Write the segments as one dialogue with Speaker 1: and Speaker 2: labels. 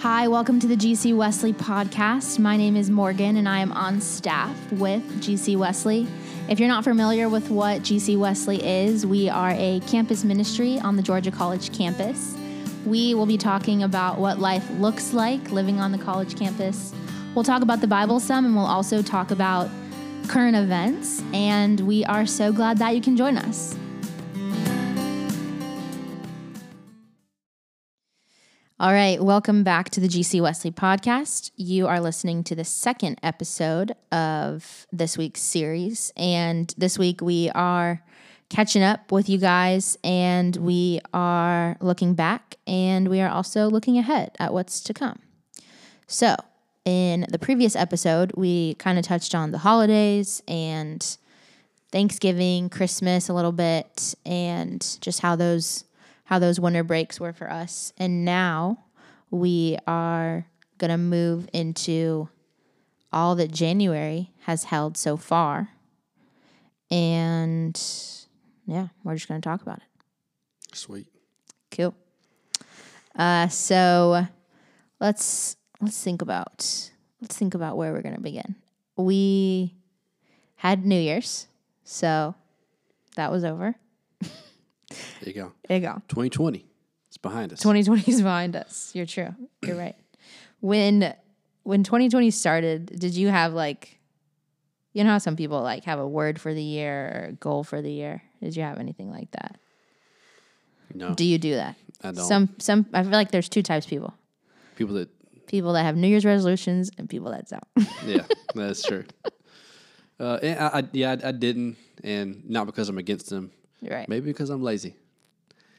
Speaker 1: Hi, welcome to the GC Wesley podcast. My name is Morgan and I am on staff with GC Wesley. If you're not familiar with what GC Wesley is, we are a campus ministry on the Georgia College campus. We will be talking about what life looks like living on the college campus. We'll talk about the Bible some and we'll also talk about current events. And we are so glad that you can join us. All right, welcome back to the GC Wesley podcast. You are listening to the second episode of this week's series. And this week we are catching up with you guys and we are looking back and we are also looking ahead at what's to come. So, in the previous episode, we kind of touched on the holidays and Thanksgiving, Christmas a little bit, and just how those how those winter breaks were for us. And now we are going to move into all that January has held so far. And yeah, we're just going to talk about it.
Speaker 2: Sweet.
Speaker 1: Cool. Uh, so let's let's think about let's think about where we're going to begin. We had New Year's, so that was over.
Speaker 2: There you go.
Speaker 1: There you go.
Speaker 2: 2020. It's behind us.
Speaker 1: 2020 is behind us. You're true. You're right. When when 2020 started, did you have like you know how some people like have a word for the year or a goal for the year? Did you have anything like that?
Speaker 2: No,
Speaker 1: Do you do that?
Speaker 2: I don't.
Speaker 1: Some some I feel like there's two types of people.
Speaker 2: People that,
Speaker 1: People that have New Year's resolutions and people that don't.
Speaker 2: yeah, that's true. Uh, and I, I, yeah, I, I didn't, and not because I'm against them.
Speaker 1: You're right.
Speaker 2: Maybe because I'm lazy,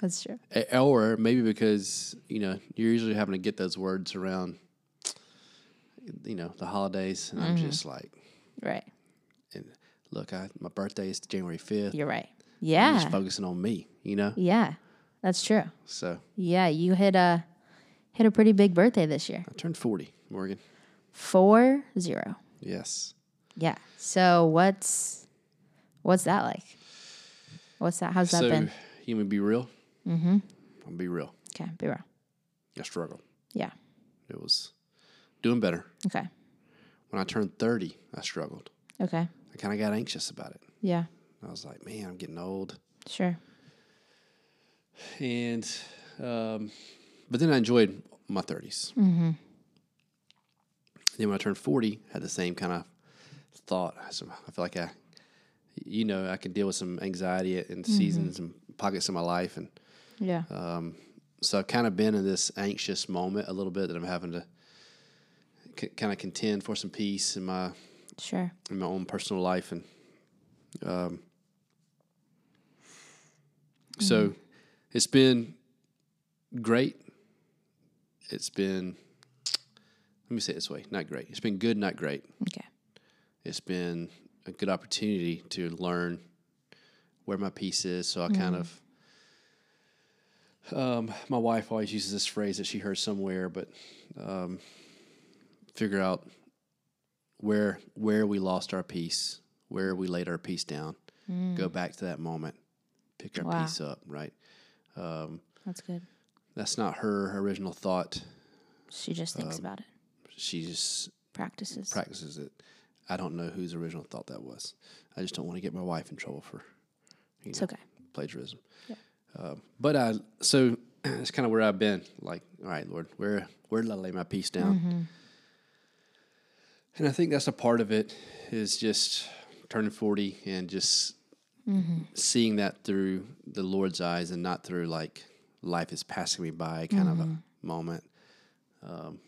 Speaker 1: That's true.
Speaker 2: A- or maybe because you know you're usually having to get those words around, you know, the holidays, and
Speaker 1: Mm-hmm.
Speaker 2: I'm just like,
Speaker 1: Right.
Speaker 2: and look, I, my birthday is January 5th.
Speaker 1: You're right.
Speaker 2: I'm just
Speaker 1: Yeah.
Speaker 2: focusing on me, you know.
Speaker 1: Yeah. That's true.
Speaker 2: So
Speaker 1: Yeah, you hit a hit a pretty big birthday this year.
Speaker 2: I turned 40, Morgan.
Speaker 1: 4-0.
Speaker 2: Yes.
Speaker 1: Yeah. So what's what's that like? What's that? How's that
Speaker 2: so
Speaker 1: been?
Speaker 2: you want me to be real? Mm-hmm. I'm gonna be real.
Speaker 1: Okay, be real.
Speaker 2: I struggled.
Speaker 1: Yeah.
Speaker 2: It was doing better.
Speaker 1: Okay.
Speaker 2: When I turned 30, I struggled.
Speaker 1: Okay.
Speaker 2: I kind of got anxious about it.
Speaker 1: Yeah.
Speaker 2: I was like, man, I'm getting old.
Speaker 1: Sure.
Speaker 2: And, um, but then I enjoyed my 30s. Mm-hmm. Then when I turned 40, I had the same kind of thought. I s- I feel like I, you know, I can deal with some anxiety and seasons and pockets of my life. And
Speaker 1: Yeah.
Speaker 2: Uh, so I've kind of been in this anxious moment a little bit that I'm having to c- kind of contend for some peace in my
Speaker 1: sure.
Speaker 2: in my own personal life and um so it's been great it's been let me say it this way not great it's been good not great
Speaker 1: Okay.
Speaker 2: it's been a good opportunity to learn where my piece is so i kind of um, my wife always uses this phrase that she heard somewhere but um, figure out where where we lost our piece, where we laid our piece down. Go back to that moment, pick our
Speaker 1: Wow.
Speaker 2: piece up. Right.
Speaker 1: That's good.
Speaker 2: That's not her original thought.
Speaker 1: She just thinks
Speaker 2: um,
Speaker 1: about it.
Speaker 2: She just
Speaker 1: Practices.
Speaker 2: practices it. I don't know whose original thought that was. I just don't want to get my wife in trouble for
Speaker 1: it's okay.
Speaker 2: plagiarism. Um, but I so that's kind of where I've been. Like, all right, Lord, where where did I lay my piece down?
Speaker 1: Mm-hmm.
Speaker 2: And I think that's a part of it is just turning forty and just
Speaker 1: Mm-hmm.
Speaker 2: seeing that through the Lord's eyes and not through like life is passing me by kind of a
Speaker 1: Mm-hmm.
Speaker 2: moment. Um,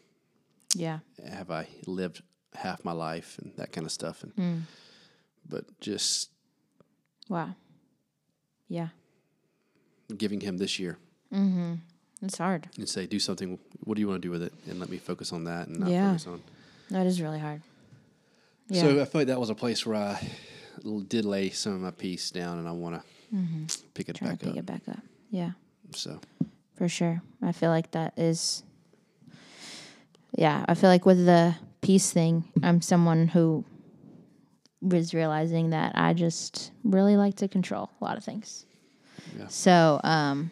Speaker 1: Yeah.
Speaker 2: Have I lived half my life and that kind of stuff? And but just
Speaker 1: Mm. Wow. Yeah. Mm-hmm.
Speaker 2: giving him this year
Speaker 1: It's hard.
Speaker 2: and say, do something. What do you want to do with it? And let me focus on that and not
Speaker 1: Yeah.
Speaker 2: focus on.
Speaker 1: That is really hard. Yeah.
Speaker 2: So I feel like that was a place where I l- did lay some of my piece down, and I want to pick it
Speaker 1: Trying
Speaker 2: back
Speaker 1: Mm-hmm. to pick
Speaker 2: up.
Speaker 1: it back up. Yeah.
Speaker 2: So
Speaker 1: For sure. I feel like that is yeah, I feel like with the peace thing, I'm someone who was realizing that I just really like to control a lot of things.
Speaker 2: Yeah.
Speaker 1: So, um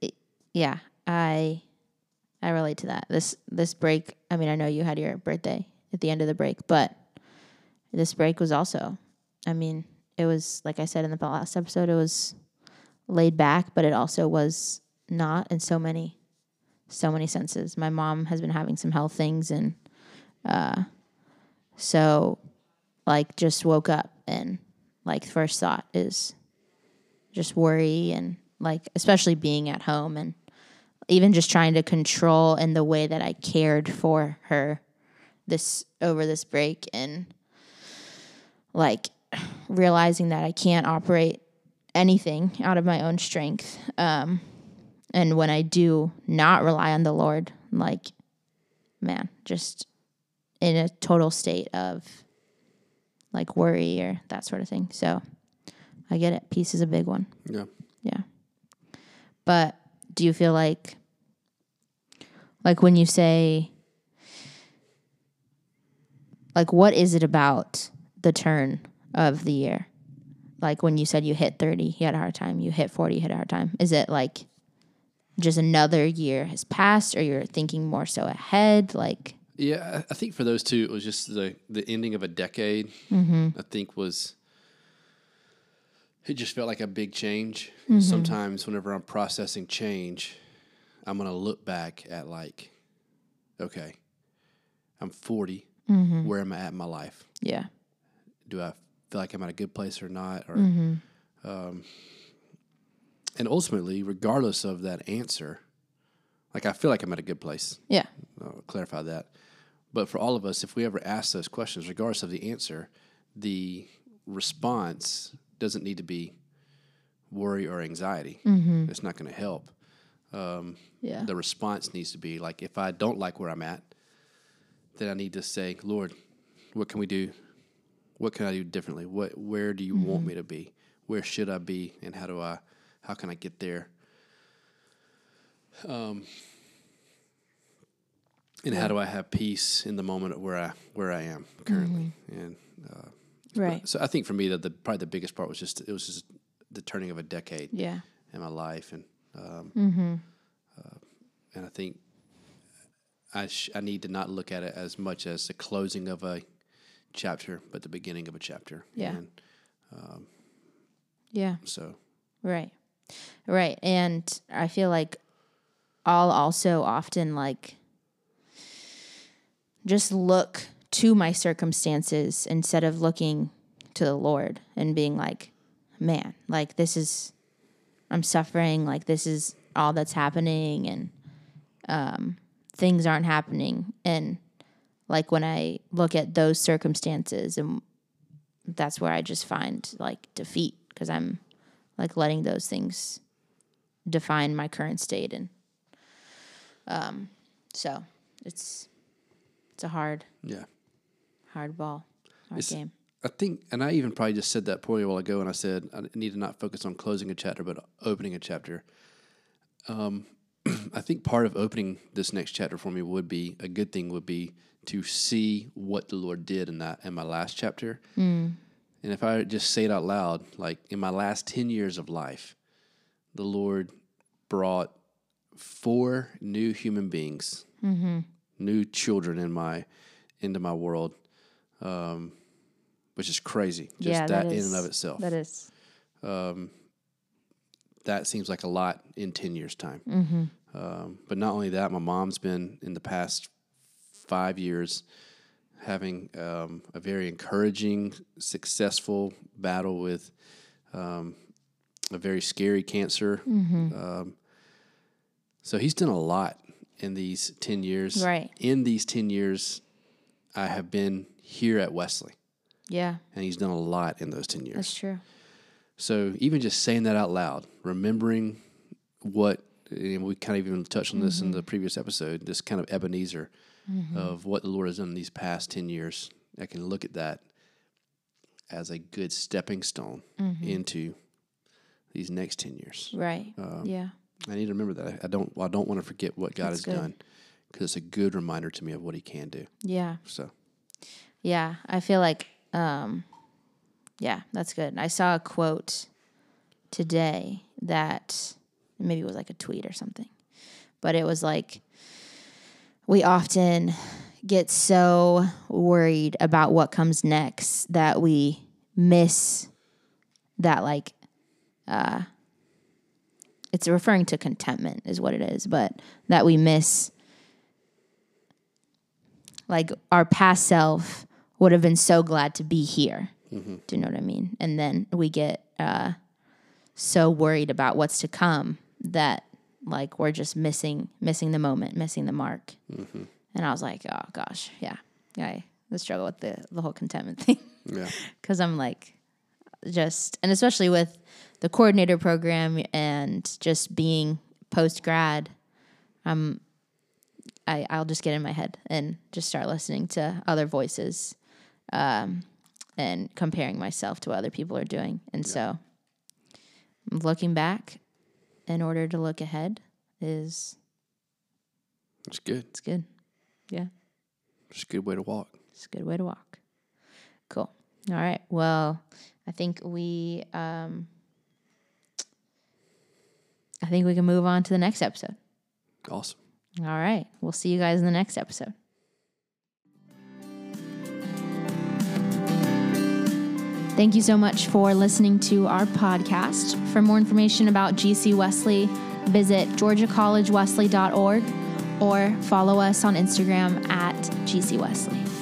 Speaker 1: it- yeah, I I relate to that. This this break, I mean, I know you had your birthday at the end of the break, but this break was also, I mean, it was like I said in the last episode, it was laid back, but it also was not in so many so many senses. My mom has been having some health things and uh so like just woke up and like first thought is just worry and like especially being at home and even just trying to control in the way that I cared for her this over this break and like realizing that I can't operate anything out of my own strength. Um, and when I do not rely on the Lord, like, man, just in a total state of like worry or that sort of thing. So I get it. Peace is a big one.
Speaker 2: Yeah.
Speaker 1: Yeah. But do you feel like like when you say like what is it about the turn of the year? Like when you said you hit 30, you had a hard time. You hit 40, you had a hard time. Is it like just another year has passed or you're thinking more so ahead like
Speaker 2: Yeah, I- I think for those two, it was just the the ending of a decade. I think was it just felt like a big change. And Sometimes, whenever I'm processing change, I'm gonna look back at like, okay, I'm 40. Where am I at in my life?
Speaker 1: yeah.
Speaker 2: do I feel like I'm at a good place or not? Or, um, and ultimately, regardless of that answer, like I feel like I'm at a good place.
Speaker 1: Yeah.
Speaker 2: I'll clarify that. But for all of us, if we ever ask those questions, regardless of the answer, the response doesn't need to be worry or anxiety. It's not going to help.
Speaker 1: Yeah.
Speaker 2: The response needs to be like, if I don't like where I'm at, then I need to say, Lord, what can we do? What can I do differently? What where do you
Speaker 1: Mm-hmm.
Speaker 2: want me to be? Where should I be? And how do I how can I get there? Um and how do I have peace in the moment of where I where I am currently? And
Speaker 1: Mm-hmm. Right.
Speaker 2: so I think for me that the probably the biggest part was just it was just the turning of a decade
Speaker 1: Yeah.
Speaker 2: in my life, and um, uh, and I think I sh- I need to not look at it as much as the closing of a chapter, but the beginning of a chapter.
Speaker 1: Yeah.
Speaker 2: And
Speaker 1: Yeah.
Speaker 2: so
Speaker 1: Right. Right. And I feel like I'll also often like just look to my circumstances instead of looking to the Lord and being like, man, like this is, I'm suffering. Like this is all that's happening and um, things aren't happening. And like when I look at those circumstances, and that's where I just find like defeat because I'm like letting those things define my current state and um so it's it's a hard
Speaker 2: yeah,
Speaker 1: hard ball hard
Speaker 2: It's-
Speaker 1: game
Speaker 2: I think, and I even probably just said that probably a while ago, and I said I need to not focus on closing a chapter, but opening a chapter. Um, I think part of opening this next chapter for me would be a good thing would be to see what the Lord did in that in my last chapter. And if I just say it out loud, like in my last ten years of life, the Lord brought four new human beings, new children in my into my world, um, which is crazy. Just that, in and of itself
Speaker 1: that is
Speaker 2: that seems like a lot in 10 years time mm-hmm. um, but not only that my mom's been in the past five years having um, a very encouraging successful battle with um, a very scary cancer um, so he's done a lot in these 10 years
Speaker 1: Right.
Speaker 2: in these 10 years i have been here at wesley
Speaker 1: yeah
Speaker 2: and he's done a lot in those 10 years
Speaker 1: that's true
Speaker 2: so even just saying that out loud, remembering what and we kind of even touched on this in
Speaker 1: Mm-hmm.
Speaker 2: the previous episode, this kind of Ebenezer of what the Lord has done in these past ten years. I can look at that as a good stepping stone
Speaker 1: Mm-hmm.
Speaker 2: into these next ten years.
Speaker 1: right
Speaker 2: Um,
Speaker 1: yeah
Speaker 2: I need to remember that. I, I don't. I don't want to forget what God
Speaker 1: That's
Speaker 2: has
Speaker 1: good.
Speaker 2: done because it's a good reminder to me of what He can do.
Speaker 1: yeah
Speaker 2: So
Speaker 1: Yeah, I feel like um yeah, that's good. I saw a quote today that maybe it was like a tweet or something. But it was like we often get so worried about what comes next that we miss that like uh it's referring to contentment is what it is but that we miss like our past self would have been so glad to be here do you know what i mean and then we get uh so worried about what's to come that like we're just missing missing the moment missing the mark and I was like, oh gosh, yeah, I the struggle with the the whole contentment thing
Speaker 2: Yeah.
Speaker 1: because I'm like, just and especially with the coordinator program and just being post grad, um, I I'll just get in my head and just start listening to other voices, um, and comparing myself to what other people are doing, and so looking back in order to look ahead is
Speaker 2: It's good.
Speaker 1: it's good, yeah.
Speaker 2: It's a good way to walk.
Speaker 1: It's a good way to walk. Cool. All right. Well, I think we um I think we can move on to the next episode.
Speaker 2: Awesome.
Speaker 1: All right. We'll see you guys in the next episode. Thank you so much for listening to our podcast. For more information about GC Wesley, visit georgiacollegewesley.org or follow us on Instagram at GC Wesley.